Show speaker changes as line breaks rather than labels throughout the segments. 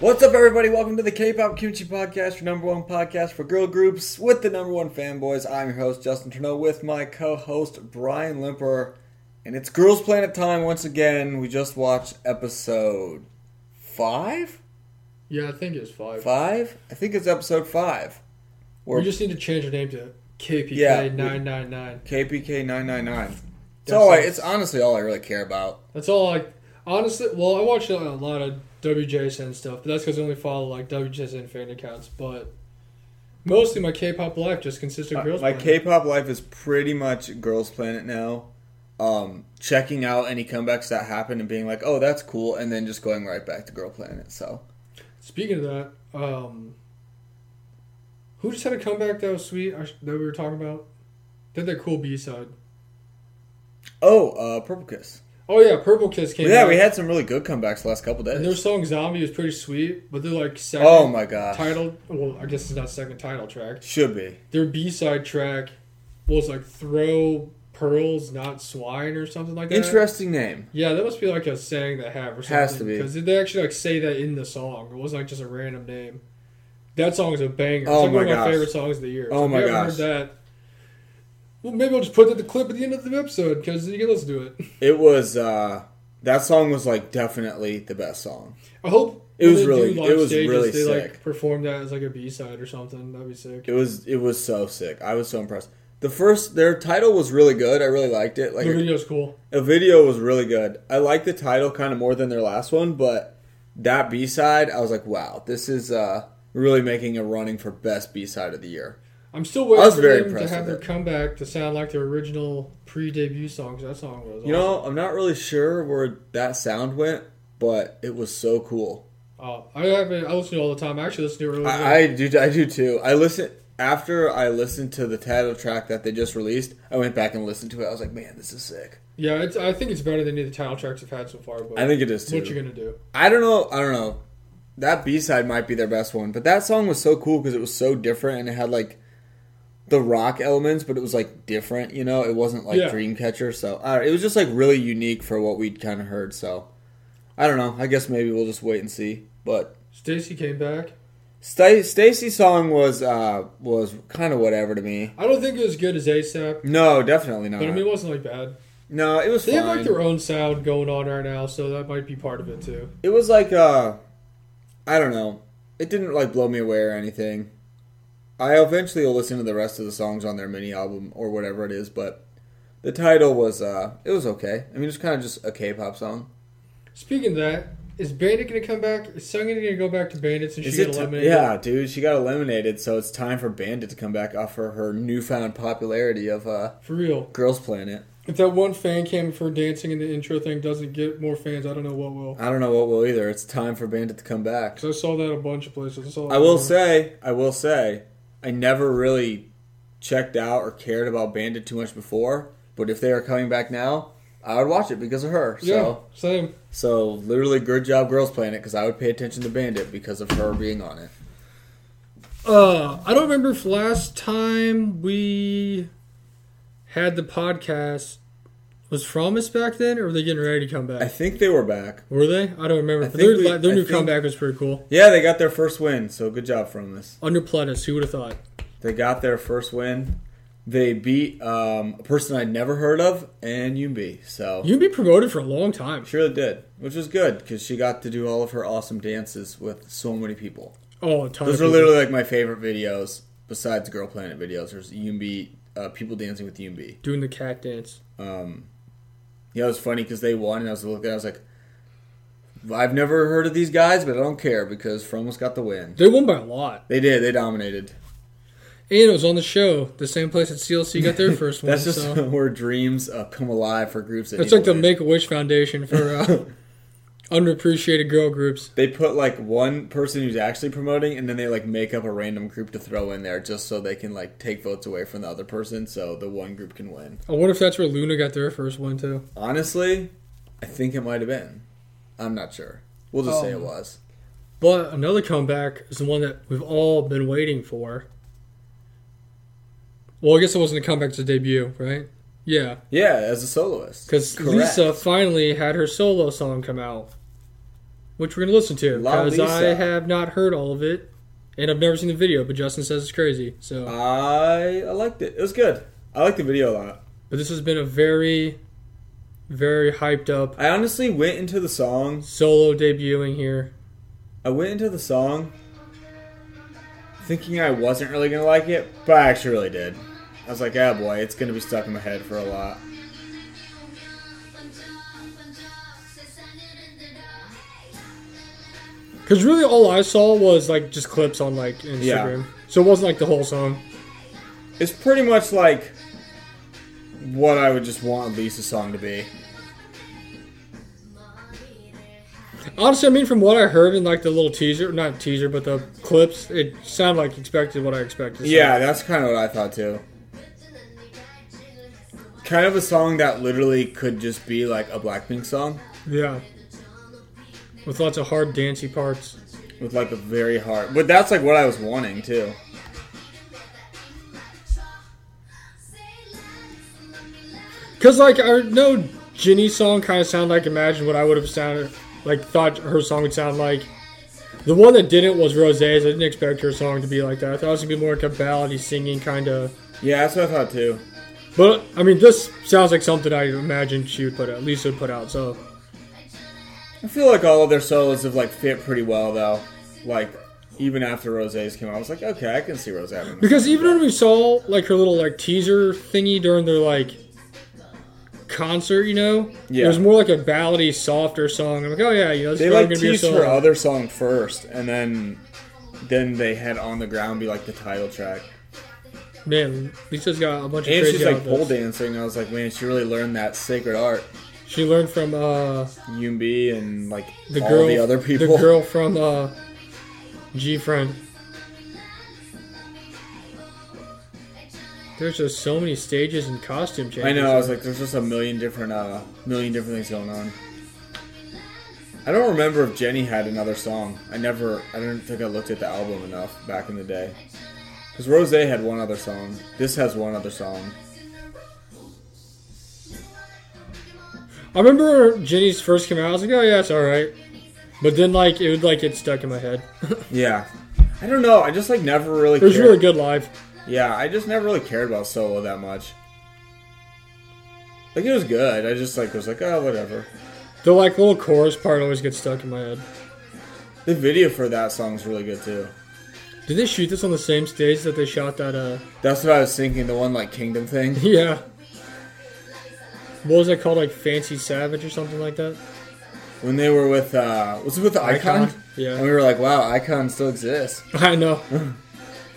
What's up, everybody? Welcome to the K-pop Kimchi Podcast, your number one podcast for girl groups with the number one fanboys. I'm your host Justin Trudeau with my co-host Brian Limper, and it's Girls Planet time once again. We just watched episode five,
Yeah, I think it's five.
five. I think it's episode five.
We just need to change the name to
Yeah, we-
KPK nine nine nine.
KPK nine nine nine. It's
That
all. I,
sounds-
it's honestly all I really care about.
That's all. I honestly, well, I watch a lot of WJSN stuff, but that's because I only follow like WJSN fan accounts. But mostly my K-pop life just consists of
My-
girls.
Uh, my
playing.
K-pop life is pretty much Girls Planet now. Um, checking out any comebacks that happen and being like, "Oh, that's cool," and then just going right back to Girl Planet. So
Speaking of that, um, who just had a comeback that was sweet I sh- that we were talking about? Did that cool B side?
Oh, uh, Purple Kiss.
Oh yeah, Purple Kiss came.
yeah,
out,
we had some really good comebacks the last couple days.
And their song "Zombie" was pretty sweet, but they're like second
oh my gosh.
title. Well, I guess it's not second title track.
Should be.
their B side track was like "Throw Pearls, Not Swine" or something like that.
Interesting name.
Yeah, that must be like a saying they have or something.
Has to be.
because they actually like say that in the song. It wasn't like just a random name. That song is a banger.
Oh
it's like one
my
of my
gosh.
favorite songs of the year.
Oh
if
my
you haven't
gosh.
Heard that. Well, maybe I'll just put the clip at the end of the episode because you can listen to it.
It was. uh That song was like definitely the best song.
I hope
It
when
was
they
really-
do live
it was really
they
sick.
like perform that as like a B side or something. That'd be sick.
It was. It was so sick. I was so impressed. The first, their title was really good. I really liked it. Like
the video's cool.
a video was really good. I like the title kind of more than their last one, but that B side, I was like, wow, this is uh really making a running for best B side of the year.
I'm still waiting
I was
for
very
them to
impressed
have
with
their comeback to sound like their original pre-debut song. 'cause that song was.
You know, I'm not really sure where that sound went, but it was so cool.
awesome. uh, I have it. I listen to it all the time. I actually listen to it really.
I, I do. I do too. I listen after I listened to the title track that they just released. I went back and listened to it. I was like, man, this is sick.
yeah, it's, I think it's better than any of the title tracks I've had so far. But
I think it is
what
too.
you gonna do?
I don't know. I don't know. That B side might be their best one, but that song was so cool because it was so different and it had like the rock elements, but it was like different. You know, it wasn't like
Yeah.
Dreamcatcher. So I don't, it was just like really unique for what we'd kind of heard. So I don't know. I guess maybe we'll just wait and see. But
Stacy came back.
Sta- Stacy's song was uh was kind of whatever to me.
I don't think it was as good as ASAP,
No, definitely not.
but I mean, it wasn't like bad.
no, it was
They have
fine.
like their own sound going on right now, so that might be part of it too.
it was like uh, I don't know. It didn't like blow me away or anything. I eventually will listen to the rest of the songs on their mini album or whatever it is, but the title was uh, it was okay. I mean, it's kind of just a K-pop song.
Speaking of that, is Bandit gonna come back? Is Sungin gonna go back to Bandits and
Is
she
it?
get
ti-
eliminated?
yeah, dude, she got eliminated, so it's time for Bandit to come back off her, her newfound popularity of uh,
for real.
Girls Planet.
If that one fan cam for dancing in the intro thing doesn't get more fans, I don't know what will.
I don't know what will either. It's time for Bandit to come back.
Because I saw that a bunch of places. I, saw that
I will
everywhere.
say, I will say, I never really checked out or cared about Bandit too much before, but if they are coming back now, I would watch it because of her. So,
Yeah, same.
so literally, good job, Girls Planet, because I would pay attention to Bandit because of her being on it.
Uh, I don't remember if last time we had the podcast was Promise back then, or were they getting ready to come
I
back?
think they were back.
Were they? I don't remember.
I
But
think
their
we-
li- their
I
new
think-
comeback was pretty cool.
Yeah, they got their first win, so good job from us.
Under Pledis, who would have thought?
They got their first win. They beat um, a person I'd never heard of and Yumbi. So
You'd be promoted for a long time.
She really did, which was good because she got to do all of her awesome dances with so many people.
Oh, a ton
Those
of
are
people.
literally like my favorite videos besides Girl Planet videos. There's Yumbi, uh, people dancing with Yumbi.
doing the cat dance.
Um, yeah, it was funny because they won, and I was looking, I was like, I've never heard of these guys, but I don't care because Fromos got the win.
They won by a lot,
They did. They dominated.
and it was on the show, the same place that CLC got their first one.
That's just
so.
where dreams uh, come alive for groups. That
That's
need
like
to
the
win.
Make a Wish Foundation for uh, underappreciated girl groups.
they put like one person who's actually promoting and then they like make up a random group to throw in there just so they can like take votes away from the other person so the one group can win
I wonder if that's where Luna got their first one too.
honestly i think it might have been i'm not sure we'll just say it
Um,
was
But another comeback is the one that we've all been waiting for. Well, I guess it wasn't a comeback; it's a debut, right? Yeah,
yeah as a soloist
because
Correct.
Lisa finally had her solo song come out. which we're gonna listen to
La
because I
Lisa.
have not heard all of it, and I've never seen the video. But Justin says it's crazy. So,
Uh. I I liked it. It was good. I liked the video a lot.
but this has been a very, very hyped up
I honestly went into the song.
solo debuting here.
I went into the song thinking I wasn't really gonna like it, but I actually really did. I was like, ah boy, it's gonna be stuck in my head for a lot.
Because really, all I saw was like just clips on like
Yeah.
Instagram. So it wasn't like the whole song.
It's pretty much like what I would just want Lisa's song to be.
Honestly, I mean, from what I heard in like the little teaser, not teaser, but the clips, it sounded like expected what I expected. so-
Yeah, that's kind of what I thought too. Kind of a song that literally could just be like a Blackpink song
Yeah. With lots of hard dancey parts.
with like a very hard. But that's like what I was wanting too.
Cause like I know Ginny's song kind of sounded like Imagine what I would have sounded like thought her song would sound like. The one that didn't was Rose's. I didn't expect her song to be like that. I thought it was gonna be more like a ballady singing kind of.
Yeah, that's what I thought too.
But I mean, this sounds like something I imagined she would put out. Lisa would put out. So
I feel like all of their solos have like fit pretty well though. Like even after Rose's came out, I was like, okay, I can see Rose having. this.
Because even when we saw like her little like teaser thingy during their like concert, you know,
Yeah.
it was more like a ballady, softer song. I'm like, oh yeah, you know, this
They
is
like
gonna be a
teased
song.
her other song first, and then then they had on the ground be like the title track.
Man, Lisa's got a bunch of
And
crazy
she's like
outfits.
pole dancing. I was like, man, she really learned that sacred art.
She learned from uh
Yumbi and like
the
all
girl,
the other people.
the girl from uh G Friend. There's just so many stages and costume changes.
I know. I was like, there's just a million different, uh, million different things going on. I don't remember if Jenny had another song. I never. I don't think I looked at the album enough back in the day. Because Rose had one other song. This has one other song.
I remember when Jenny's first came out. I was like, oh yeah, it's all right. But then like it would like get stuck in my head.
Yeah. I don't know. I just like never really.
It was
cared.
really good live.
Yeah, I just never really cared about solo that much. Like it was good. I just like was like, oh whatever.
The like little chorus part always gets stuck in my head.
The video for that song's really good too.
Did they shoot this on the same stage that they shot that uh
That's what I was thinking. The one like Kingdom thing.
yeah. What was that called? Like Fancy Savage or something like that?
when they were with uh was it with the icon,
Icon? Yeah.
and we were like wow icon still exists
I know.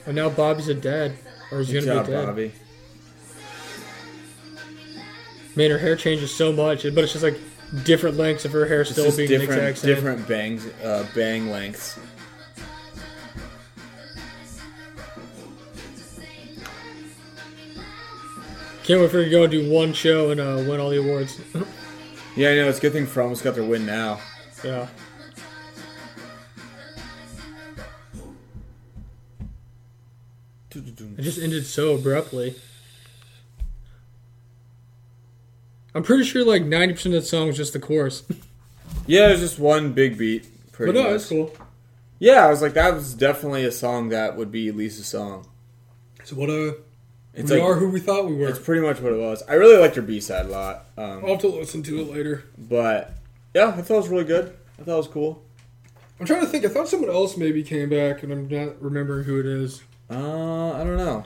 and now Bobby's a dad. Or he's
good
gonna
job
be dead.
bobby
Man, her hair changes so much, but it's just like different lengths of her hair
it's
still
just
being the
different
exact same.
different bangs uh bang lengths
Can't wait for her to go and do one show and uh, win all the awards.
yeah i know it's a good thing for almost got their win now
yeah. It just ended so abruptly. I'm pretty sure like 90% of the song was just the chorus.
yeah it was just one big beat pretty
but no,
much.
it's cool.
yeah i was like that was definitely a song that would be lisa's song
So what a
it's
we
like
are who we thought we were.
it's pretty much what it was i really liked her b-side a lot um
I'll have to listen to it later.
but yeah i thought it was really good i thought it was cool
I'm trying to think. I thought someone else maybe came back, and I'm not remembering who it is.
uh i don't know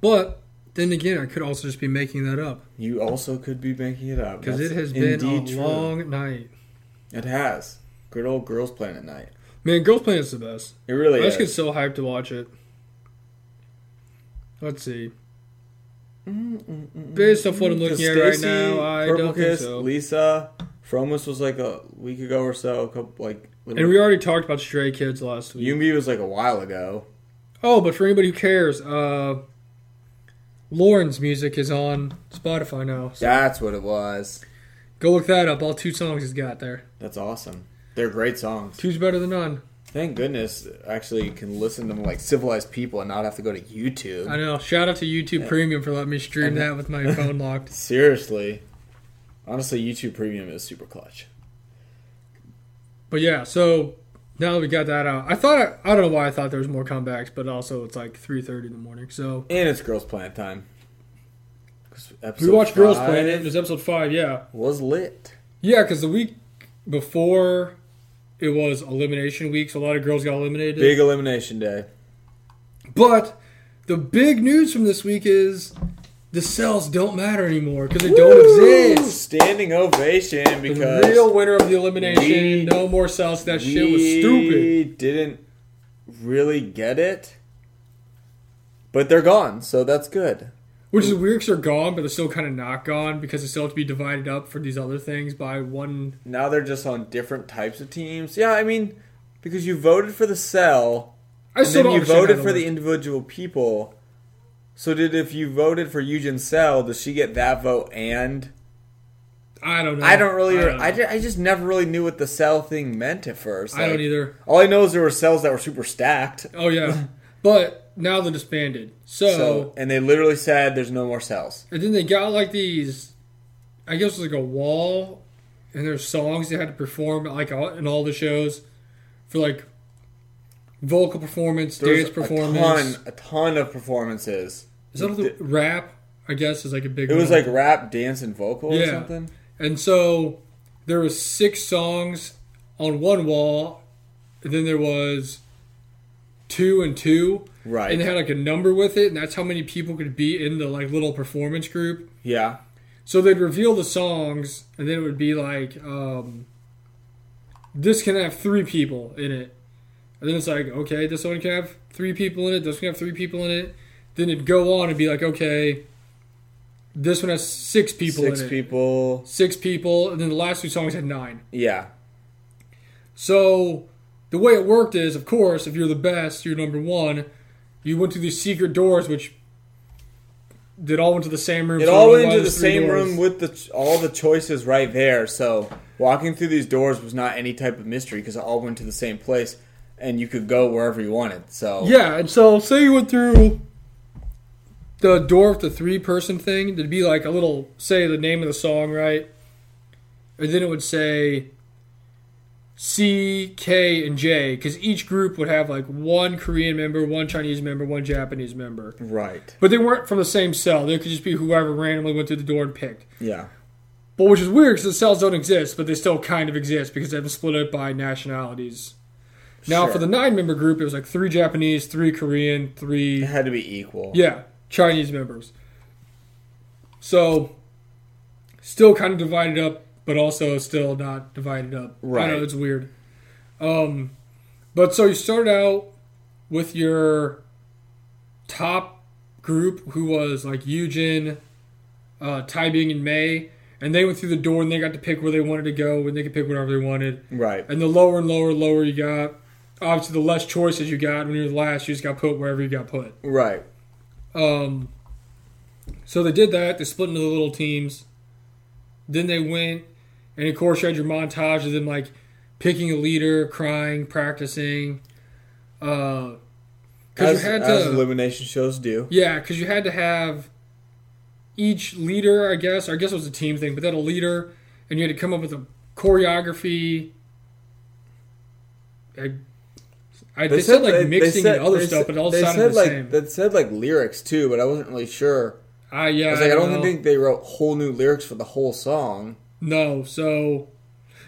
But then again, I could also just be making that up
you also could be making it up
because it
That's
has been a
indeed true.
long night.
It has. Good old girls playing at night.
Man, Girls Planet's the best.
It really is.
I just get so hyped to watch it. Let's see. Based off what I'm looking at right
Stacy,
now, I
Purple
don't
Kiss,
think so.
Lisa, Fromus was like a week ago or so. A couple like.
And we already talked about Stray Kids last week.
Yumi was like a while ago.
oh, but for anybody who cares, uh, Lauren's music is on Spotify now. So
That's what it was.
Go look that up. All two songs he's got there.
That's awesome. They're great songs.
Two's better than none.
Thank goodness, actually, you can listen to them like civilized people and not have to go to YouTube.
I know. Shout out to YouTube Premium for letting me stream
And-
that with my phone locked.
Seriously, honestly, YouTube Premium is super clutch.
But yeah, so now that we got that out, I thought I don't know why I thought there was more comebacks, but also it's like three thirty in the morning. So
And it's Girls Planet time. 'Cause
we
episode
watched Girls
five
Planet. It was episode five. Yeah,
Was lit.
yeah, because the week before it was elimination week, so a lot of girls got eliminated.
Big elimination day.
But the big news from this week is the cells don't matter anymore because they don't exist.
Standing ovation
The
because
real winner of the elimination,
we-
no more cells. That
we
shit was stupid.
didn't really get it. But they're gone, so that's good.
Which is weird 'cause they're gone, but they're still kind of not gone because they still have to be divided up for these other things by one.
Now they're just on different types of teams. Yeah, I mean, because you voted for the cell,
I
and
still
then
don't
you
understand
voted
how
for
that
the individual people. So did if you voted for Eugen Cell, does she get that vote? And
works. I don't know.
I don't really, I,
don't know.
ju- I just never really knew what the cell thing meant at first.
I don't
Like,
either.
All I know is there were cells that were super stacked.
Oh yeah, but now they're disbanded. So,
So and they literally said there's no more cells.
and then they got like these. I guess it was like a wall, and there's songs they had to perform like all- in all the shows for like vocal performance,
There was
dance performance.
a ton, a ton of performances.
Is that the rap? I guess is like a big.
It was
one.
like rap, dance, and vocal or
Yeah.
something.
And so there was six songs on one wall, and then there was two and two.
Right.
And they had like a number with it, and that's how many people could be in the like little performance group.
Yeah,
So they'd reveal the songs, and then it would be like, um, this can have three people in it. And then it's like, okay, this one can have three people in it, this one can have three people in it. Then it'd go on and be like, okay, this one has six people
six
in it
people.
six people, and then the last two songs had nine.
Yeah,
So the way it worked is, of course, if you're the best, you're number one. You went through these secret doors, which that all went to the same room.
it
so
all
I
went
don't know why
into the
there's three
same
doors.
room with the ch- all the choices right there. So walking through these doors was not any type of mystery because it all went to the same place, and you could go wherever you wanted. So
Yeah, and so say you went through the door of the three person thing, there'd be like a little say the name of the song, right? And then it would say C, K, and J, because each group would have like one Korean member, one Chinese member, one Japanese member.
right.
But they weren't from the same cell. They could just be whoever randomly went through the door and picked.
Yeah,
But which is weird because the cells don't exist, but they still kind of exist because they've been split up by nationalities. Now,
Sure.
for the nine member group, it was like three Japanese, three Korean,
it
three,
had to be equal.
yeah, Chinese members. So, still kind of divided up, but also still not divided up. I
Right.
know it's weird. Um, but so you started out with your top group, who was like Eugen, uh, Tai Bing, and May, and they went through the door and they got to pick where they wanted to go, and they could pick whatever they wanted.
right.
And the lower and lower, and lower you got, obviously the less choices you got. When you're the last, you just got put wherever you got put.
Right.
Um, so they did that. They split into the little teams. Then they went, and of course, you had your montage of them like picking a leader, crying, practicing. Because
As,
you had
as
to,
elimination shows do.
yeah, because you had to have each leader, I guess, or I guess it was a team thing, but then a leader, and you had to come up with a choreography. I, I, they, said, like mixing
said-
and other
they
stuff,
said-
but it all
they
sounded
said
the
like
same.
that said like lyrics too, but I wasn't really sure.
I, yeah,
I was like, I don't
know.
think they wrote whole new lyrics for the whole song.
No, so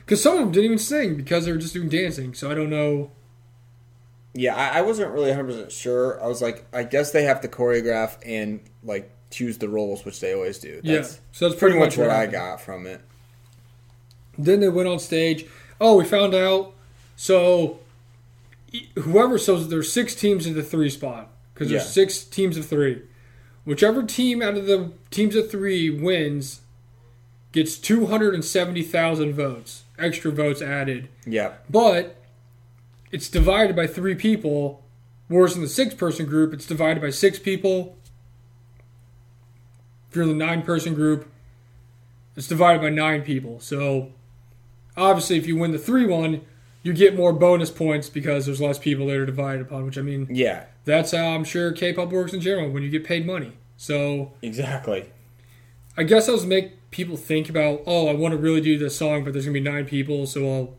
because some of them didn't even sing because they were just doing dancing. So I don't know.
Yeah, I, I wasn't really 100 percent sure. I was like, I guess they have to choreograph and like choose the roles, which they always do. That's
yeah, so that's
pretty much what I
happened.
got from it.
Then they went on stage. Oh, we found out. So e- whoever so there's six teams in the three spot because there's
Yeah.
six teams of three. Whichever team out of the teams of three wins gets two hundred and seventy thousand votes, extra votes added.
Yeah,
But it's divided by three people. Whereas in the six person group, it's divided by six people. If you're in the nine person group, it's divided by nine people. So obviously, if you win the three one, you get more bonus points because there's less people that are divided upon, which I mean,
yeah,
that's how I'm sure K pop works in general when you get paid money. So
exactly.
I guess that was make people think about, oh, I want to really do this song, but there's gonna be nine people, so I'll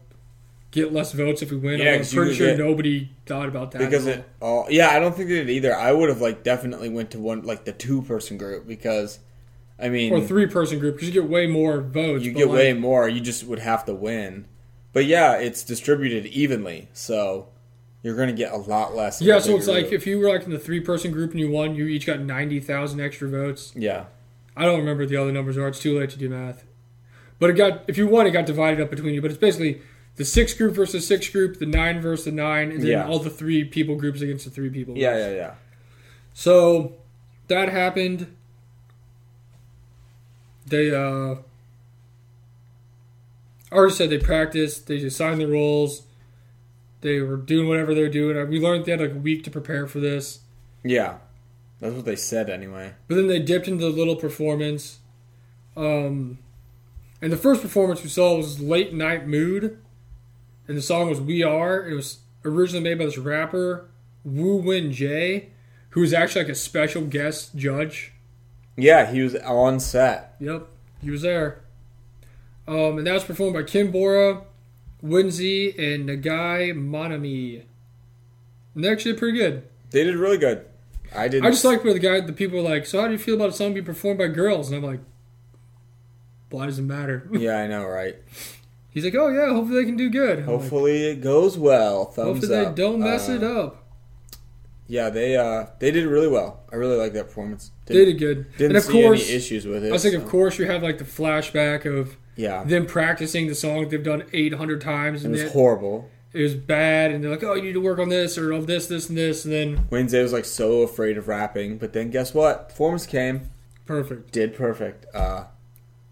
get less votes if we win.
Yeah,
I'm
'cause you
pretty
would
sure
get-
nobody thought about that.
because
at
it all yeah i don't think they did either i would have like definitely went to one like the two person group because i mean
all. or three person group because you get way more votes.
you
but,
get
like,
way more you just would have to win but yeah it's distributed evenly so you're gonna get a lot less in
Yeah,
the
so it's
bigger
like
group.
if you were like in the three person group and you won, you each got ninety thousand extra votes.
yeah
I don't remember what the other numbers are. It's too late to do math. But it got if you won, it got divided up between you. But it's basically the six group versus six group, the nine versus the nine, and then
Yeah.
all the three people groups against the three people.
yeah
groups.
yeah yeah
So that happened. They uh already said they practiced, they assigned the roles, they were doing whatever they were doing. We learned they had like a week to prepare for this.
yeah that's what they said anyway
But then they dipped into the little performance. Um and the first performance we saw was Late Night Mood. And the song was We Are. It was originally made by this rapper, Wu Win Jay, who was actually like a special guest judge.
yeah he was on set
Yep, he was there. Um, and that was performed by Kim Bora, Winzy, and Nagai Monami. And they're actually pretty good.
they did really good i didn't
I just like where the guy, the people were like, "So how do you feel about a song being performed by girls?" And I'm like, "Why does it matter?"
yeah i know right
He's like, "Oh yeah, hopefully they can do good." I'm like,
hopefully it goes well thumbs
hopefully
up.
they don't mess
Uh,
it up.
yeah they uh they did really well i really like that performance
They did good.
Didn't
and of
see
course,
any issues with it.
I was like, of
so-
course, you have like the flashback of
Yeah,
them practicing the song they've done 800 times,
it
and
was
they-
horrible.
it was bad, and they're like, "Oh, you need to work on this or of this, this, and this," and then
Wednesday was like so afraid of rapping, but then guess what? Performance came,
perfect.
did perfect. Uh,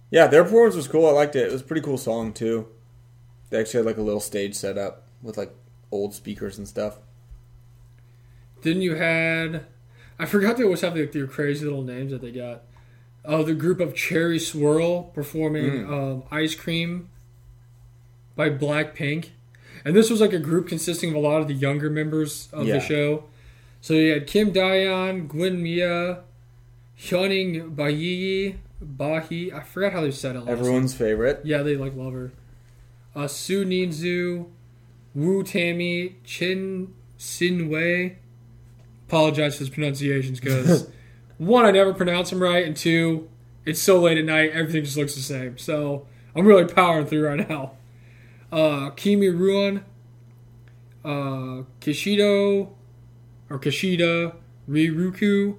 yeah, their performance was cool. I liked it. It was a pretty cool song too. They actually had like a little stage set up with like old speakers and stuff.
Then you had, I forgot they always have like, their crazy little names that they got. Uh, the group of Cherry Swirl performing um, "Ice Cream" by Blackpink, and this was like a group consisting of a lot of the younger members of
Yeah.
the show. So you had Kim Daeon, Gwen Mia, Hyuning Bayi, Bahi. I forgot how they said it. last time.
Everyone's favorite.
Yeah, they like love her. Uh, Su Ninzu, Wu Tammy, Chin Sin Wei. Apologize for his pronunciations because one, I never pronounce them right, and two, it's so late at night, everything just looks the same. So I'm really powering through right now. Uh, Kimi Ruan, uh, Kishido, or Kishida, Riruku.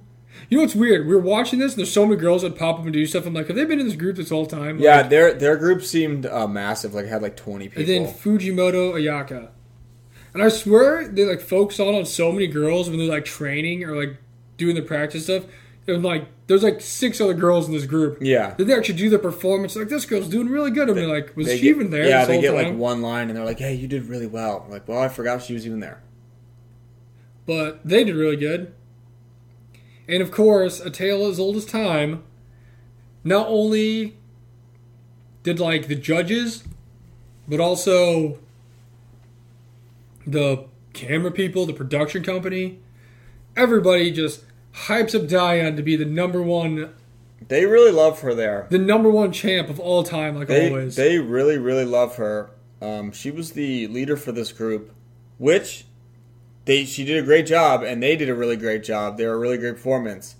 You know what's weird? We were watching this, and there's so many girls that pop up and do stuff. I'm like, have they been in this group this whole time?
Yeah,
Like,
their their group seemed uh, massive. Like it had like twenty people.
and then Fujimoto Ayaka. And I swear they like focus on on so many girls when they're like training or like doing the practice stuff. And like there's like six other girls in this group.
yeah,
Then they actually do the performance. Like this girl's doing really good. I mean, like was
They
she
get-
even there?
Yeah,
this
they
whole
get
time?
like one line and they're like, "Hey, you did really well." I'm like, well, I forgot she was even there.
but they did really good. And of course, A Tale as Old as Time. Not only did like the judges, but also the camera people, the production company, everybody just hypes up Diane to be the number one,
They really love her there.
the number one champ of all time, like
they,
always.
They really, really love her. Um, she was the leader for this group, which they she did a great job, and they did a really great job. They were a really great performance.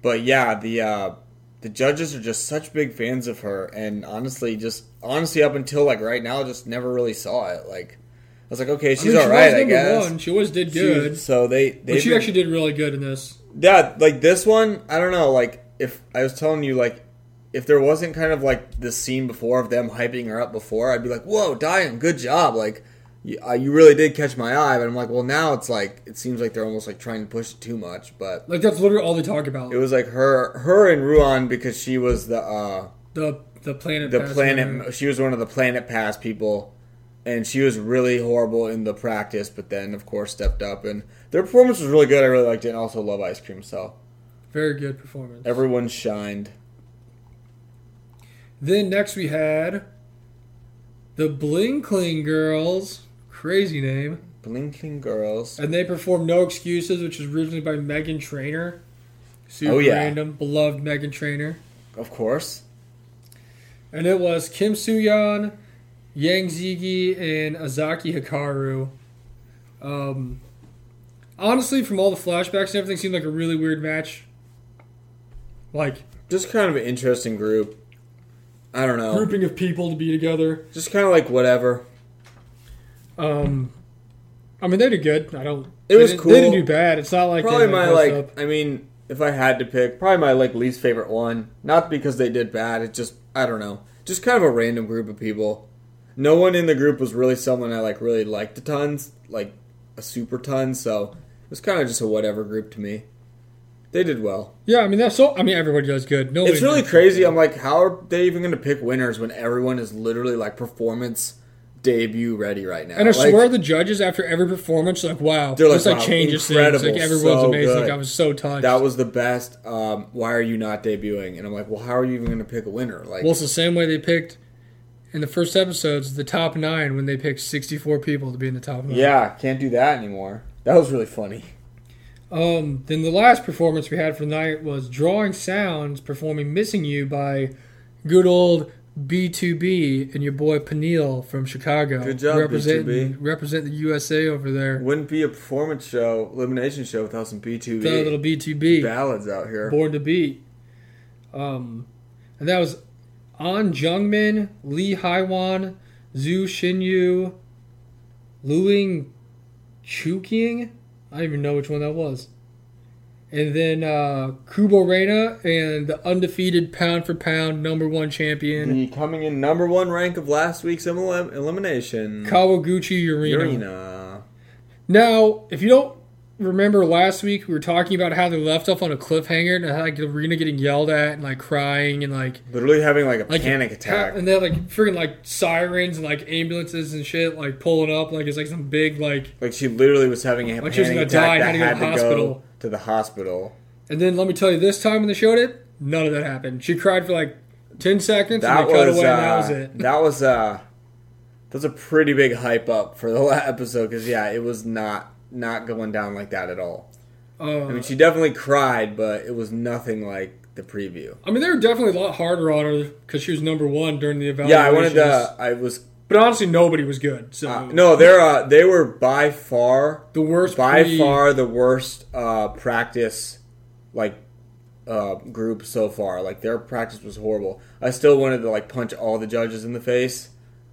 But yeah, the uh, the judges are just such big fans of her, and honestly, just honestly, up until like right now, just never really saw it. Like I was like, okay,
I
she's
mean,
all right,
was
I
number
guess.
One. She always did
She was-
good,
so they they
but she actually did really good in this.
yeah, like this one, I don't know. Like if I was telling you, like if there wasn't kind of like the scene before of them hyping her up before, I'd be like, "Whoa, Diane, good job!" Like you, uh, you really did catch my eye. But I'm like, well, now it's like it seems like they're almost like trying to push it too much. But
Like that's literally all they talk about.
it was like her, her and Ruan because she was the uh
the the planet.
the
passed her.
planet. She was one of the planet pass people. And she was really horrible in the practice, but then of course stepped up. And their performance was really good. I really liked it, and also love ice cream. So
Very good performance.
everyone shined.
Then next we had the Bling Cling Girls, crazy name,
Blinking Girls.
and they performed "No Excuses," which was originally by Megan Trainor. Super
Oh, yeah.
random, beloved Megan Trainor,
Of course.
and it was Kim Soo Yeon, Yang Zigi and Azaki Hikaru. Um, honestly, from all the flashbacks and everything, seemed like a really weird match. Like
Just kind of an interesting group. I don't know.
grouping of people to be together.
Just kind of like whatever.
Um, I mean, they did good. I
It
don't. they
was
didn't- They didn't
cool.
do bad. It's not like
Probably
they,
my
messed
like.
up.
I mean, if I had to pick, probably my like least favorite one. Not because they did bad. It just I don't know. Just kind of a random group of people. No one in the group was really someone I like really liked a ton, like a super ton. So it was kind of just a whatever group to me. They did well.
Yeah, I mean that's so. I mean everybody does good. Nobody
It's really
did-
crazy. I'm like, how are they even going to pick winners when everyone is literally like performance debut ready right now?
And I
Like,
swear the judges after every performance, like wow,
They're like,
just like
wow,
changes things. Like
incredible,
everyone's
so
amazing. Like,
good.
I was so touched.
that was the best. Um, why are you not debuting? And I'm like, well, how are you even going to pick a winner? Like,
well, it's the same way they picked in the first episodes the top nine when they picked sixty-four people to be in the top nine.
Yeah, can't do that anymore. That was really funny.
Um. Then the last performance we had for the night was drawing sounds performing "Missing You" by good old B2B and your boy Peniel from Chicago.
Good job,
representing,
B2B.
Represent the USA over there.
Wouldn't be a performance show, elimination show without some
The little
B2B
B2B.
ballads out here.
Born to Be. Um, and that was An Jungmin, Lee Haiwan, Zhu Xinyu, Luing Chuking. I don't even know which one that was. And then uh, Kubo Reina and the undefeated pound for pound number one champion
The coming in number one rank of last week's elim- elimination,
Kawaguchi Urena.
Urena.
Now, if you don't remember last week, we were talking about how they left off on a cliffhanger and like Urena getting yelled at and like crying and like
Literally having like a
like
panic
ha-
attack.
and they had like freaking like sirens and like ambulances and shit like pulling up like it's like some big like
Like she literally was having a
Like she was
panic
gonna die
attack
and
that had
had to go to
to
hospital.
go to the hospital.
and then let me tell you this time when they showed it none of that happened she cried for like 10 seconds
That
and they cut
was,
away
uh,
and that was it
that was uh that was a pretty big hype up for the last episode because yeah, it was not not going down like that at all.
uh,
I mean, she definitely cried, but it was nothing like the preview.
I mean they were definitely a lot harder on her because she was number one during the
Yeah,
evaluation
I wanted to. I was
but honestly nobody was good so
uh, no, they're uh, they were by far
the worst
by
pre-
far the worst uh, practice like uh, group so far. Like their practice was horrible. I still wanted to like punch all the judges in the face.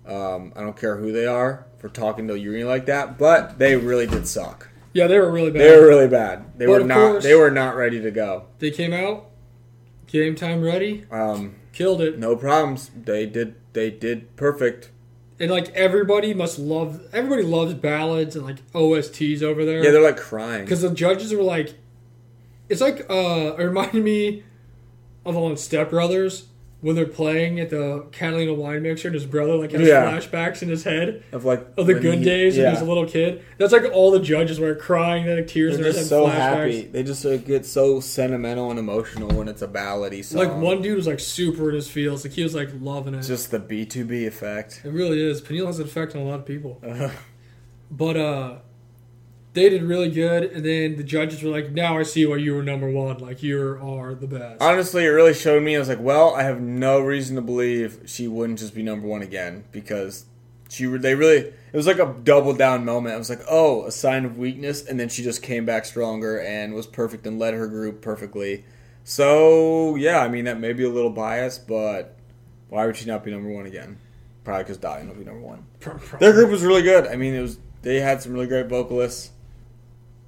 Um, I don't care who they are for talking to Yuri like that, but they really did suck.
yeah they were really bad
They were really bad. They
But
were
of
not.
course-
They were not ready to go.
they came out game time ready
Um,
killed it
no problems. They did. They did perfect.
and like everybody must love everybody loves ballads and like OSTs over there
Yeah, they're like crying.
because the judges were like, it's like uh, it reminded me of on Step Brothers when they're playing at the Catalina wine mixer and his brother like has
Yeah.
flashbacks in his head
of like
of the
when
good
he-
days when
yeah.
he was a little kid. That's like all the judges were crying, they had tears,
They're
in their
just
eyes and
so
flashbacks.
happy. They just like, get so sentimental and emotional when it's a ballady song.
Like one dude was like super in his feels, like he was like loving it.
It's Um, just the B two B effect.
It really is. Peniel has an effect on a lot of people.
Uh-huh.
But uh they did really good, and then the judges were like, "Now I see why you were number one. Like you are the best."
Honestly, it really showed me. I was like, well, I have no reason to believe she wouldn't just be number one again because she re- they really it was like a double down moment. I was like, oh, a sign of weakness, and then she just came back stronger and was perfect and led her group perfectly. So yeah, I mean that may be a little biased, but why would she not be number one again? Probably because Diane will be number one. Their group was really good. I mean, it was they had some really great vocalists.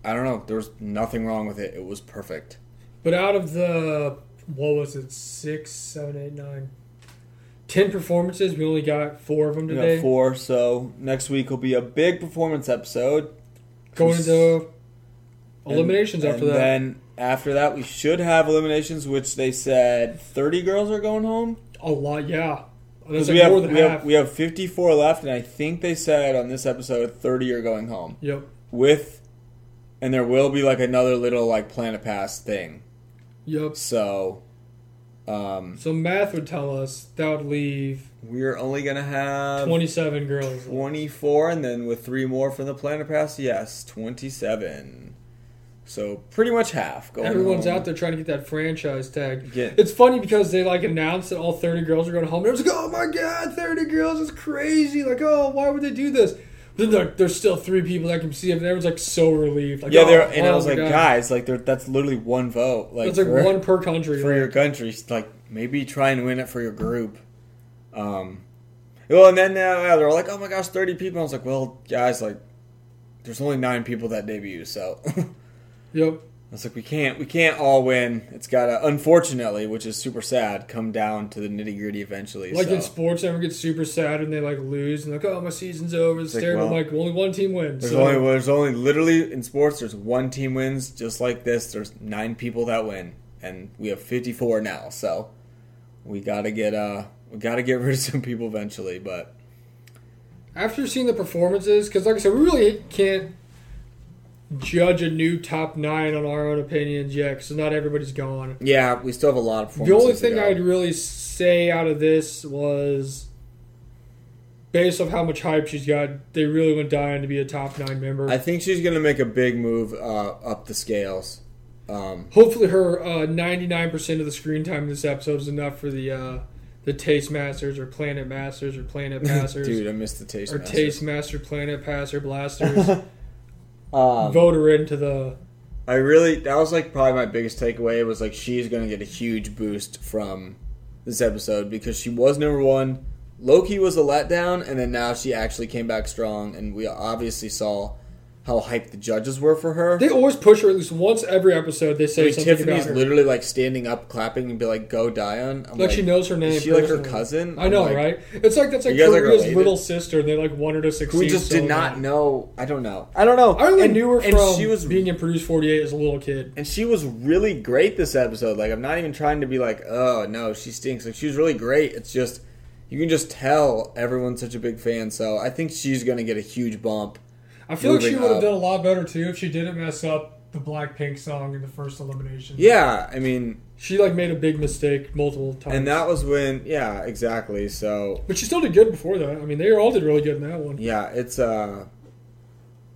I don't know. There was nothing wrong with it. It was perfect.
But out of the what was it, six, seven, eight, nine, ten performances, we only got four of them
We
today.
got four, so next week will be a big performance episode.
Going into eliminations
And-
after
and
that.
Then after that, we should have eliminations, which they said 30 girls are going home.
a lot, yeah.
Because
That's like
we, have,
more than
we,
half.
have, we have 54 left, and I think they said on this episode 30 are going home.
yep.
With, and there will be like another little like Planet Pass thing.
Yep.
So, um,
So math would tell us that would leave
we're only going to have
twenty seven girls.
24, and then with three more from the Planet Pass, yes, 27. So pretty much half. Going
Everyone's
home.
out there trying to get that franchise tag.
Get-
It's funny because they like announced that all 30 girls are going home. And it was like, oh my god, 30 girls is crazy. Like, oh, why would they do this? But then there, there's still three people that can see him, and everyone's like so relieved. Like,
Yeah,
oh,
there. And I
oh
was
my
like,
God.
guys, like there, that's literally one vote. Like
That's like
for,
one per country.
for your country. It's Like maybe try and win it for your group. Um, well, and then uh, yeah, they're like, oh my gosh, thirty people. I was like, well, guys, like there's only nine people that debut, so.
Yep.
I was like, we can't, we can't all win. It's gotta, unfortunately, which is super sad, come down to the nitty gritty eventually.
Like
so.
in sports, everyone gets super sad and they like lose and like, oh, my season's over. It's
like,
terrible.
well,
like, only one team wins.
There's
So,
only there's only literally in sports there's one team wins just like this. There's nine people that win, and we have 54 now. So we gotta get uh we gotta get rid of some people eventually. But
after seeing the performances, because like I said, we really can't judge a new top nine on our own opinions yet, because not everybody's gone.
yeah, we still have a lot of.
The only
performances to
thing
go.
I'd really say out of this was, based off how much hype she's got, they really went dying to be a top nine member.
I think she's gonna make a big move uh, up the scales. Um,
Hopefully, her ninety nine percent of the screen time in this episode is enough for the uh, the Taste Masters or Planet Masters or Planet Passers
dude, I missed the taste.
or
Masters.
Taste Master Planet Passer Blasters.
Um,
vote her into the
I really that was like probably my biggest takeaway was like she's gonna get a huge boost from this episode because she was number one. Loki was a letdown, and then now she actually came back strong, and we obviously saw how hyped the judges were for her.
They always push her at least once every episode. They say
I mean,
something
Tiffany's
about her.
literally like standing up, clapping, and be like, "Go, Dion!" I'm
like, she knows her name.
Is she like her
personally.
cousin?
I know,
I'm like,
right? It's like that's like
You guys are
Korea's
related?
little sister, and they like want her to succeed.
Who we just
so
did not
bad.
know. I don't know. I don't know.
I only
And-
knew her
and
from
she was
being in Produce Forty Eight as a little kid.
and she was really great this episode. Like I'm not even trying to be like, oh no, she stinks. Like she was really great. It's just you can just tell everyone's such a big fan. So I think she's gonna get a huge bump.
I feel like she
Moving
would have
up.
done a lot better too if she didn't mess up the Blackpink song in the first elimination.
Yeah, I mean,
she like made a big mistake multiple times.
and that was when. Yeah, exactly. So
but she still did good before that. I mean, they all did really good in that one.
yeah, it's uh,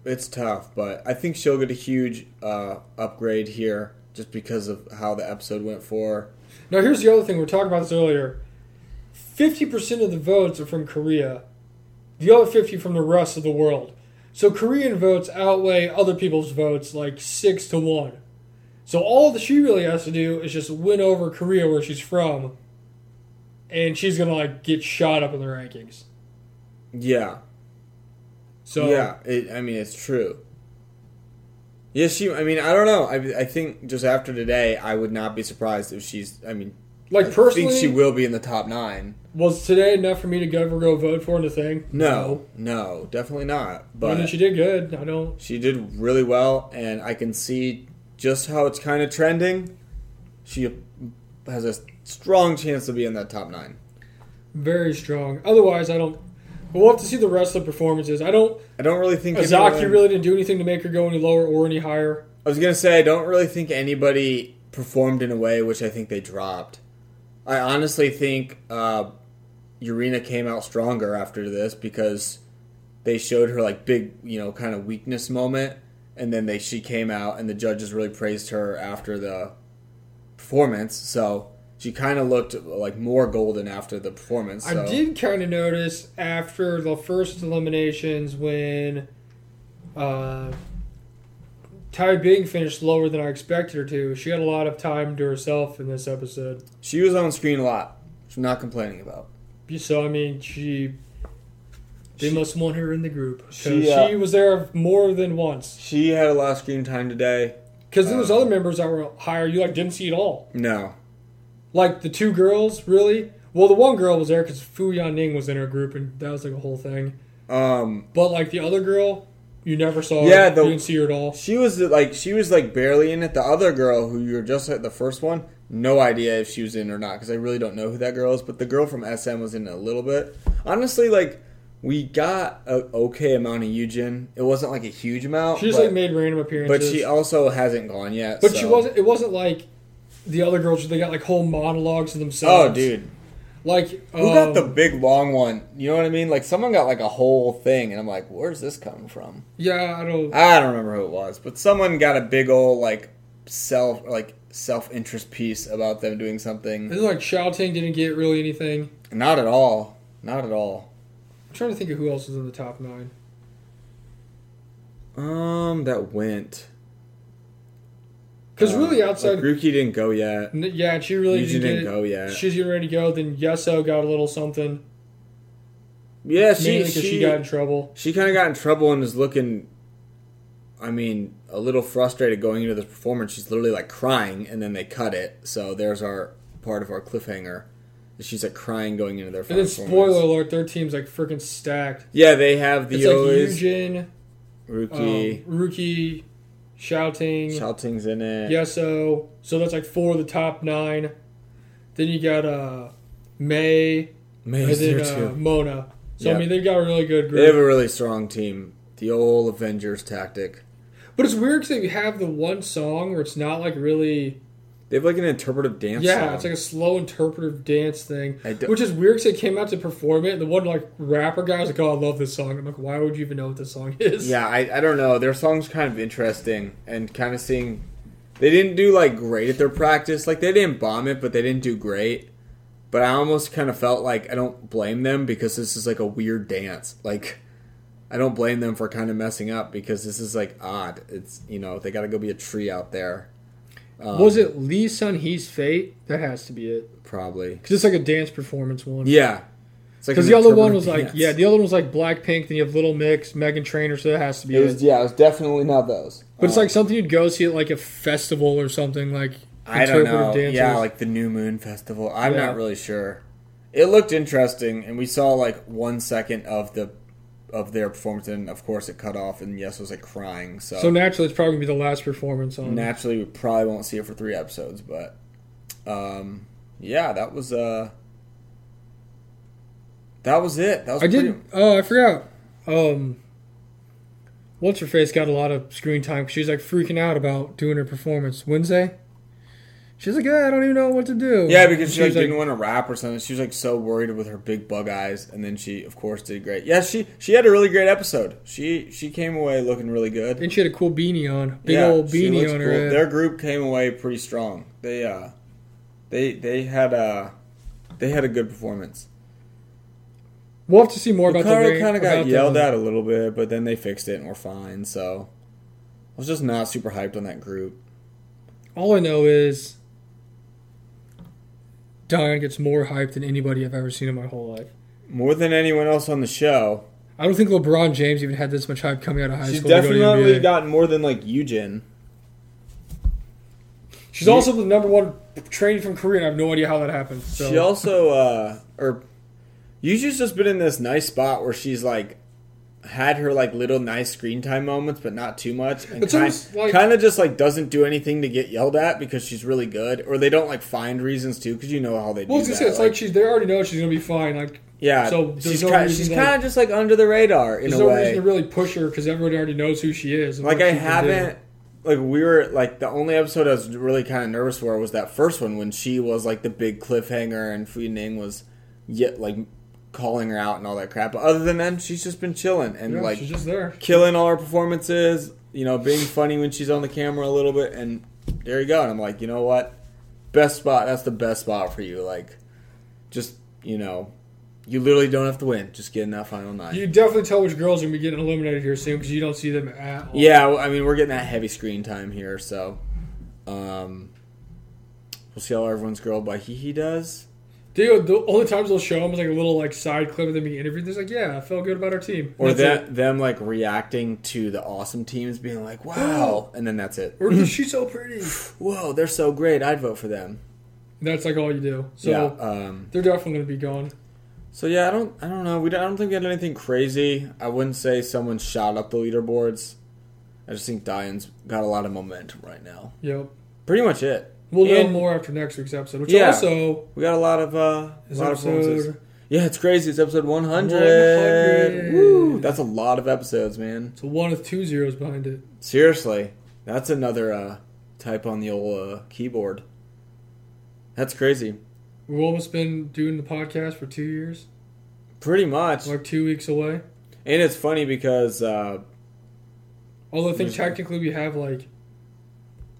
it's tough, but I think she'll get a huge uh upgrade here just because of how the episode went for.
Now, here's the other thing. We were talking about this earlier. 50% of the votes are from Korea, the other 50 from the rest of the world. So Korean votes outweigh other people's votes like 6 to 1. So all that she really has to do is just win over Korea where she's from and she's going to like get shot up in the rankings.
Yeah,
So
yeah, it, I mean it's true. Yeah, she. I mean, I don't know. I, I think just after today, I would not be surprised if she's. I mean,
like
I think
personally
she will be in the top nine.
was today enough for me to go go vote for in the thing?
No, no, definitely not.
I
But
mean, she did good. I don't
she did really well, and I can see just how it's kind of trending. She has a strong chance to be in that top nine.
very strong. Otherwise, I don't We'll have to see the rest of the performances. I don't
I don't really think
Azaki
anyone-
really didn't do anything to make her go any lower or any higher.
I was gonna say I don't really think anybody performed in a way which I think they dropped. I honestly think uh, Urena came out stronger after this because they showed her like big, you know, kind of weakness moment, and then they she came out and the judges really praised her after the performance. So she kind of looked like more golden after the performance. So.
I did kind of notice after the first eliminations when uh, Tai Bing finished lower than I expected her to. She had a lot of time to herself in this episode.
She was on screen a lot. Which I'm not complaining about.
So I mean, she they
She-
must want her in the group 'cause
She, uh,
she was there more than once.
She had a lot of screen time today.
Because there was
Uh,
other members that were higher you like didn't see at all.
No,
like the two girls really well the one girl was there because fu yan ning was in her group and that was like a whole thing
um,
but like the other girl you never saw
Yeah,
her
the-
you didn't see her at all
She was like she was like barely in it. The other girl who you were just at the first one, no idea if she was in or not because I really don't know who that girl is. But the girl from SM was in it a little bit. Honestly, like we got a okay amount of Eugen. It wasn't like a huge amount,
she just
but,
like made random appearances
but she also hasn't gone yet.
But she
so-
wasn't it wasn't like the other girls they got like whole monologues to
Oh,
themselves
dude,
Like um,
Who got the big long one? You know what I mean? Like someone got like a whole thing, and I'm like, where's this coming from?
yeah, I don't.
I don't remember who it was, but someone got a big old like self like self interest piece about them doing
I
something.
think like Shao Ting didn't get really anything.
Not at all. Not at all.
I'm trying to think of who else was in the top nine.
Um, that went.
Because
Um,
really, outside,
like, Ruki didn't go yet.
n- yeah, she really
Yuji
didn't,
didn't
get it.
go yet.
She's getting ready to go. Then Yeso got a little something,
yeah,
mainly
she
because
she,
she, got in trouble.
she kind of got in trouble and was looking. I mean, a little frustrated going into this performance. She's literally like crying, and then they cut it. So there's our part of our cliffhanger. She's like crying going into their.
And then
final
spoiler
performance.
alert, their team's like freaking stacked.
Yeah, they have the
It's like
always
Yujin, um,
Ruki.
Ruki, Shao Ting,
Shouting's in it.
Yeso. So that's like four of the top nine. Then you got uh May and
May's
then
there
uh,
too.
Mona. So
Yeah.
I mean they've got a really good
They have a
group.
really strong team. The old Avengers tactic.
But it's weird because they have the one song where it's not like really
They have like an interpretive dance.
yeah,
song.
it's like a slow interpretive dance thing,
I don't-
which is weird because they came out to perform it. And the one like rapper guy was like, "Oh, I love this song." I'm like, "Why would you even know what this song is?"
yeah. I, I don't know. Their song's kind of interesting and kind of seeing. They didn't do like great at their practice. Like they didn't bomb it, but they didn't do great. But I almost kind of felt like I don't blame them because this is like a weird dance. Like I don't blame them for kind of messing up because this is like odd. It's you know they got to go be a tree out there. Um,
was it Lee Sun He's Fate? That has to be it
probably?
because it's like a dance performance one.
Yeah.
Because the other one was like, yeah, the other one was like Blackpink. Then you have Little Mix, Megan Trainor, so that has to be
it
it.
was yeah, it was definitely not those.
but it's
Uh,
like something you'd go see at like a festival or something like.
I don't know.
interpretive
Yeah,
dances.
like the New Moon Festival. I'm
Yeah.
not really sure. It looked interesting, and we saw like one second of the of their performance, and of course it cut off, and Yes was like crying. So,
so naturally, it's probably gonna be the last performance on.
naturally, we probably won't see it for three episodes, but um, yeah, that was uh, that was it. That was
I did.
pretty-
Oh, I forgot. Um, what's her face got a lot of screen time. 'cause She's like freaking out about doing her performance Wednesday. She's like, yeah, I don't even know what to do.
Yeah, because she,
She's
like, didn't want to rap or something. She was like so worried with her big bug eyes, and then she, of course, did great. Yeah, she she had a really great episode. She she came away looking really good.
and she had a cool beanie on, big
yeah,
old
she
beanie
looks
on her
cool.
head.
Their group came away pretty strong. They uh, they they had a they had a good performance.
We'll have to see more about the
Ricardo
rain-
kind of
about
got
the-
yelled at a little bit, but then they fixed it and were fine. So I was just not super hyped on that group.
All I know is Dion gets more hyped than anybody I've ever seen in my whole life.
More than anyone else on the show,
I don't think LeBron James even had this much hype coming out of high
she's
school. to go to the
definitely
NBA.
gotten more than like Eugen.
She's also the number one trainee from Korea, and I have no idea how that happened. So.
She also, uh, or Yuju's just been in this nice spot where she's like had her like little nice screen time moments, but not too much, and
It's
kind,
almost like-
kind of just like doesn't do anything to get yelled at because she's really good, or they don't like find reasons to because you know how they
Well, I
do
was
that.
gonna say it's like she's they already know she's gonna be fine. Like
yeah,
so there's
she's
no
kind,
reason
she's
to-
kind of just like under the radar in
there's
a
no
way.
reason to really push her because everybody already knows who she is. and
Like
what
I
she can
haven't. Like we were like the only episode I was really kind of nervous for was that first one when she was like the big cliffhanger and Fu Ning was yet like calling her out and all that crap. But other than that, she's just been chilling and
do. Yeah,
like
she's just there.
killing all her performances. You know, being funny when she's on the camera a little bit, and there you go. And I'm like, you know what, best spot. That's the best spot for you. Like, just you know, you literally don't have to win. Just get in that final nine.
You definitely tell which girls are gonna be getting eliminated here soon because you don't see them at all.
Yeah, well, I mean, we're getting that heavy screen time here, so um, we'll see how everyone's girl by he he does.
Dude, the only times they'll show them is like a little like side clip of them being interviewed. There's like, yeah, I felt good about our team.
Or
That's
that
it.
them like reacting to the awesome teams being like, "Wow!" and then that's it.
Or the, she's so pretty. And
Whoa, they're so great. I'd vote for them.
that's like all you do. So
yeah. Um,
they're definitely gonna be gone.
so yeah, I don't, I don't know. We don't, I don't think we had anything crazy. I wouldn't say someone shot up the leaderboards. I just think Diane's got a lot of momentum right now.
Yep.
Pretty much it.
We'll
And-
know more after next week's episode. Which
Yeah.
also
We got a lot of uh, a
is
lot of performances.
episode.
Yeah, it's crazy. It's episode 100.
100.
Woo! That's a lot of episodes, man.
It's a one with two zeros behind it.
Seriously. That's another uh, type on the old uh, keyboard. That's crazy.
We've almost been doing the podcast for two years.
Pretty much.
Like two weeks away.
And it's funny because uh,
Although I think
Mhm.
technically we have like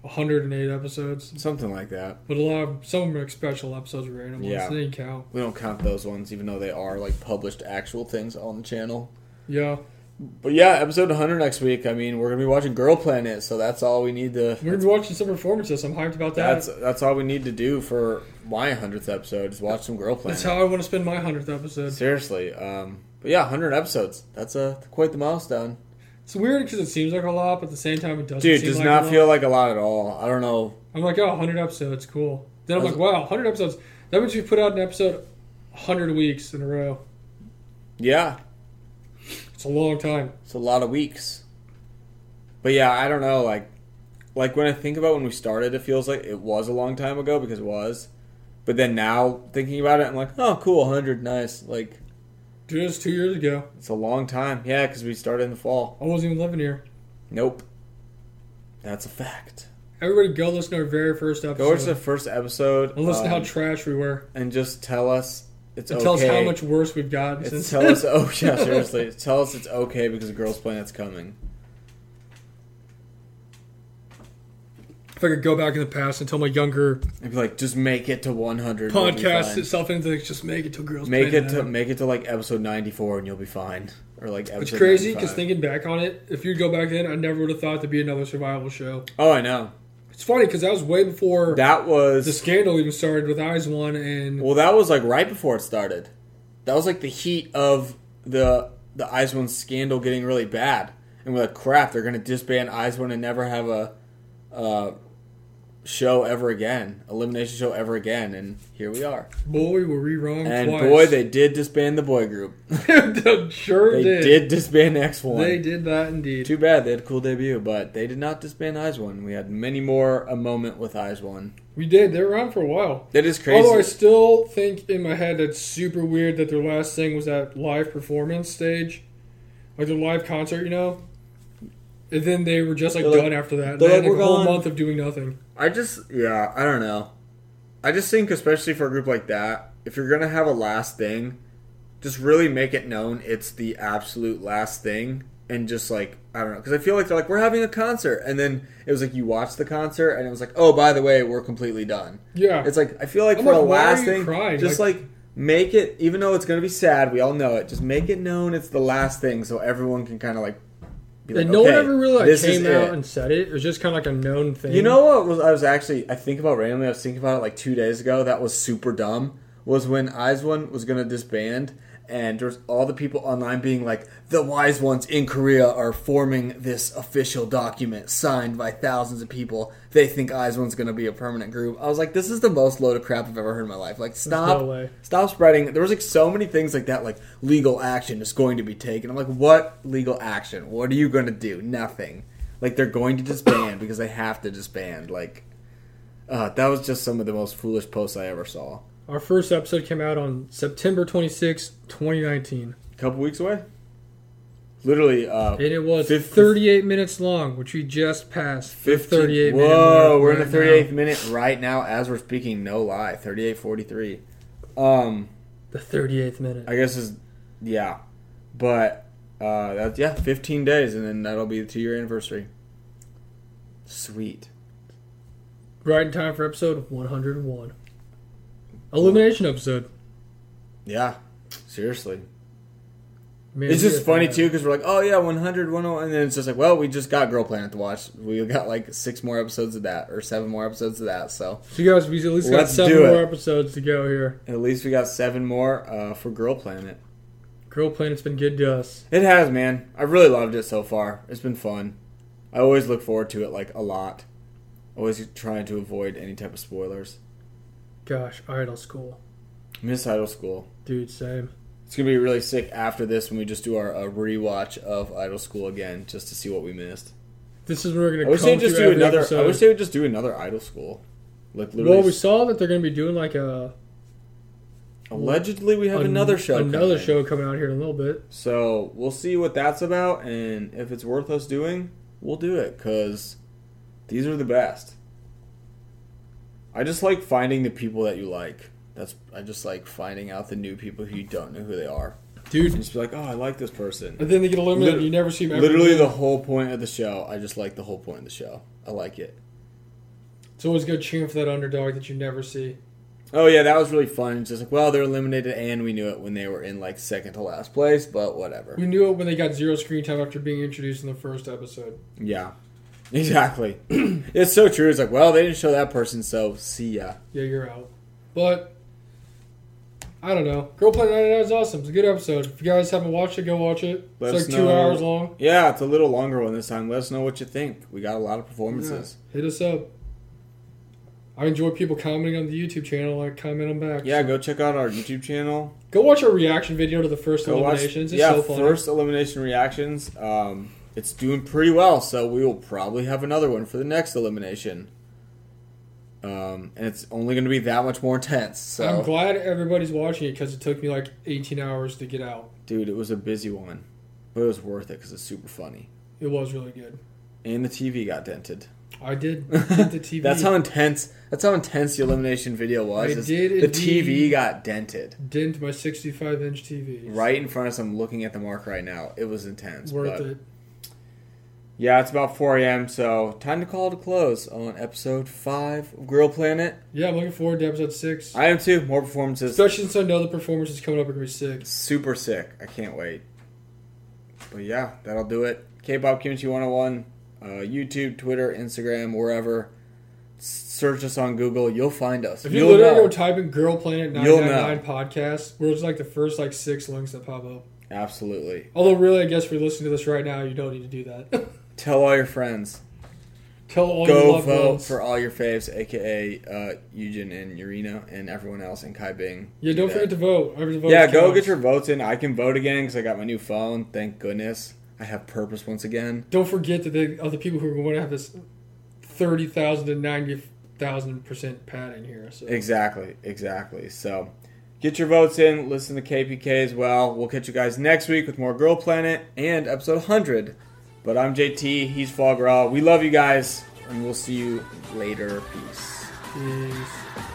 108 episodes,
something like that.
but a lot of some of them are like special episodes we random ones.
Yeah.
Yeah. They didn't count.
We don't count those ones, even though they are like published actual things on the channel.
Yeah,
But yeah, episode 100 next week. I mean, we're gonna be watching Girl Planet, so that's all we need to.
we're gonna be watching some performances. I'm hyped about that.
That's
That's,
that's all we need to do for my 100th episode. Is watch some Girl Planet.
how I want to spend my 100th episode.
Seriously. Um, but yeah, 100 episodes. That's uh, quite the milestone.
It's weird because it seems like a lot, but at the same time it doesn't.
Dude,
seem
does
like a
not
lot.
feel like a lot at all. I don't know.
I'm like, oh, 100 episodes, cool. Then I'm
That's-
like, wow, 100 episodes. That means we put out an episode 100 weeks in a row.
Yeah,
It's a long time.
It's a lot of weeks. But yeah, I don't know. Like, like when I think about when we started, it feels like it was a long time ago because it was. But then now thinking about it, I'm like, oh, cool, 100, nice. Like,
Dude, it was two years ago.
it's a long time. Yeah, because we started in the fall.
I wasn't even living here.
Nope. That's a fact.
Everybody, go listen to our very first episode.
Go to the first episode
and listen to how
um,
trash we were.
and just tell us it's
And
okay.
tell us how much worse we've gotten
It's-
since.
tell us, oh yeah, seriously, tell us it's okay because Girls Planet's coming.
if I could go back in the past and tell my younger
And be like, just make it to 100. we'll be
podcast
fine.
itself into like, just make it till girls
Make
play
it to
now.
make it to like episode ninety four and you'll be fine. Or like episode
It's crazy because
95.
thinking back on it, if you go back then, I never would have thought there'd be another survival show.
Oh, I know.
It's funny because that was way before
That
the
was
scandal even started with Eyes One and
well. That was like right before it started. That was like the heat of the the Eyes One scandal getting really bad, and we're like, crap, they're gonna disband Eyes One and never have a uh, show ever again, elimination show ever again, and here we are.
Boy Were We Wrong
And
Twice.
boy, they did disband the boy group.
they sure
They
did.
did, disband X One.
They did that indeed.
Too bad they had a cool debut, but they did not disband Eyes One. We had many more a moment with Eyes One.
We did. They were around for a while.
That is crazy.
Although I still think in my head that's super weird that their last thing was that live performance stage, like their live concert, you know. And then they were just like
They're like-
done after that. They
they're
had
like,
like
"We're
a whole
gone."
month of doing nothing.
I just yeah, I don't know. I just think especially for a group like that, if you're gonna have a last thing, just really make it known it's the absolute last thing, and just like I don't know, because I feel like they're like we're having a concert, and then it was like you watch the concert, and it was like oh by the way we're completely done.
Yeah,
It's like I feel like
I'm
for
like,
a
why are
last
you
thing,
crying?
just like, make it even though it's gonna be sad, we all know it. Just make it known it's the last thing, so everyone can kind of like. Be
and no
"Okay,
one ever really like,
this is
came out
it."
and said it. It was just kind of like a known thing.
You know what was I was actually I think about randomly I was thinking about it like two days ago that was super dumb was when Eyes One was gonna disband and there's all the people online being like the wise ones in Korea are forming this official document signed by thousands of people they think Eyes One's gonna be a permanent group I was like this is the most load of crap I've ever heard in my life like stop
no way.
stop spreading there was like so many things like that like legal action is going to be taken I'm like what legal action what are you gonna do nothing like they're going to disband because they have to disband. Like uh, that was just some of the most foolish posts I ever saw.
our first episode came out on September 26, 2019,
A couple weeks away. Literally, uh,
and it was
Fif-
38 minutes long, which we just passed. The
15
38. minute
Whoa,
mark
we're in the
right now.
thirty eighth minute right now as we're speaking. No lie, thirty eight forty three. Um,
The 38th minute.
I guess is yeah, but uh, that's yeah, fifteen days, and then that'll be the two year anniversary. Sweet.
Right in time for episode 101. Illumination episode.
Yeah. Seriously.
Man,
It's
we
just
gotta
funny
find
too because we're like, oh yeah, 100, 101, and then it's just like, well, we just got Girl Planet to watch. We got like six more episodes of that or seven more episodes of that. So
out. So, you guys, we at least got
Let's do
seven
it.
more episodes to go here.
at least we got seven more uh, for Girl Planet.
Girl Planet's been good to us.
It has, man. I've really loved it so far. It's been fun. I always look forward to it like a lot. Always trying to avoid any type of spoilers.
Gosh, Idol School.
Miss Idol School.
Dude, same.
It's gonna be really sick after this when we just do our uh, rewatch of Idol School again, just to see what we missed.
This is when we're
I
going to
wish they
come
would just
through
do
every
another.
episode.
I wish they would just do another Idol School. Like literally
well, we saw that they're going to be doing like a
Allegedly, we have
an-
another show.
another
coming.
show coming out here in a little bit.
So we'll see what that's about, and if it's worth us doing, we'll do it because these are the best. I just like finding the people that you like. That's I just like finding out the new people who you don't know who they are. And
dude.
just be like, oh, I like this person.
And then they get eliminated.
Lit-
you never see them. ever
Literally
again.
the whole point of the show. I just like the whole point of the show. I like it.
It's always go cheering for that underdog that you never see.
Oh yeah, that was really fun. It's just like, well, they're eliminated, and we knew it when they were in like second to last place, but whatever.
We knew it when they got zero screen time after being introduced in the first episode.
Yeah, exactly. it's so true. It's like, well, they didn't show that person, so see ya.
Yeah, you're out. But I don't know. Girl Planet 99 is awesome. It's a good episode. If you guys haven't watched it, go watch it.
Let us
it's like two
know.
hours long.
Yeah, it's a little longer one this time. Let us know what you think. We got a lot of performances.
Hit us up. I enjoy people commenting on the YouTube channel. I comment them back.
Yeah, go check out our YouTube channel.
Go watch our reaction video to the first
Go watch.
eliminations. it's
yeah,
so fun.
first elimination reactions. Um, it's doing pretty well, so we will probably have another one for the next elimination. Um, and it's only going to be that much more intense. So,
I'm glad everybody's watching it because it took me like 18 hours to get out.
dude, it was a busy one, but it was worth it because it's super funny.
It was really good.
And the TV got dented.
I did get the TV.
That's how intense. That's how intense the elimination video was.
It
is
did
the
indeed.
TV got dented
dent my 65 inch TV.
right in front of us. I'm looking at the mark right now. It was intense.
It's worth
but-
it.
Yeah, it's about 4 a.m. So time to call it a close on episode five of Grill Planet.
Yeah, I'm looking forward to episode six.
I am too. More performances.
Especially since I know the performances coming up are gonna be sick.
Super sick. I can't wait. But yeah, that'll do it. K-pop Kimchi 101, uh, YouTube, Twitter, Instagram, wherever. S- Search us on Google. You'll find us.
If you
You'll
literally
know.
go type in "Girl Planet
You'll
999 podcast," we're just like the first like six links that pop up.
Absolutely.
Although, really, I guess if you're listening to this right now, you don't need to do that.
Tell all your friends.
Tell all your
go
loved
vote
ones.
for all your faves, aka uh, Eugen and Urino and everyone else in Kai Bing.
yeah,
Do
don't
that.
forget to vote. Every vote
yeah, go
counts.
get your votes in. I can vote again because I got my new phone. Thank goodness. I have purpose once again.
Don't forget that the other people who are going to have this thirty thousand to ninety thousand percent pad in here. So
Exactly, exactly. So get your votes in. Listen to KPK as well. We'll catch you guys next week with more Girl Planet and episode 100. But I'm JT. He's Fog Raw. We love you guys, and we'll see you later. Peace.
Peace.